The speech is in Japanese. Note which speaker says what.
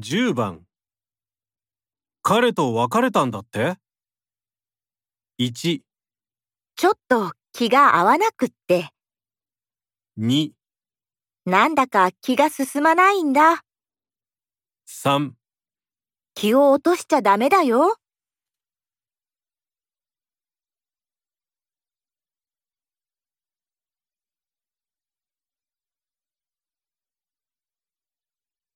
Speaker 1: 10番彼と別れたんだって1、
Speaker 2: ちょっと気が合わなくって、
Speaker 1: 2、
Speaker 2: なんだか気が進まないんだ。
Speaker 1: 3
Speaker 2: 気を落としちゃダメだよ。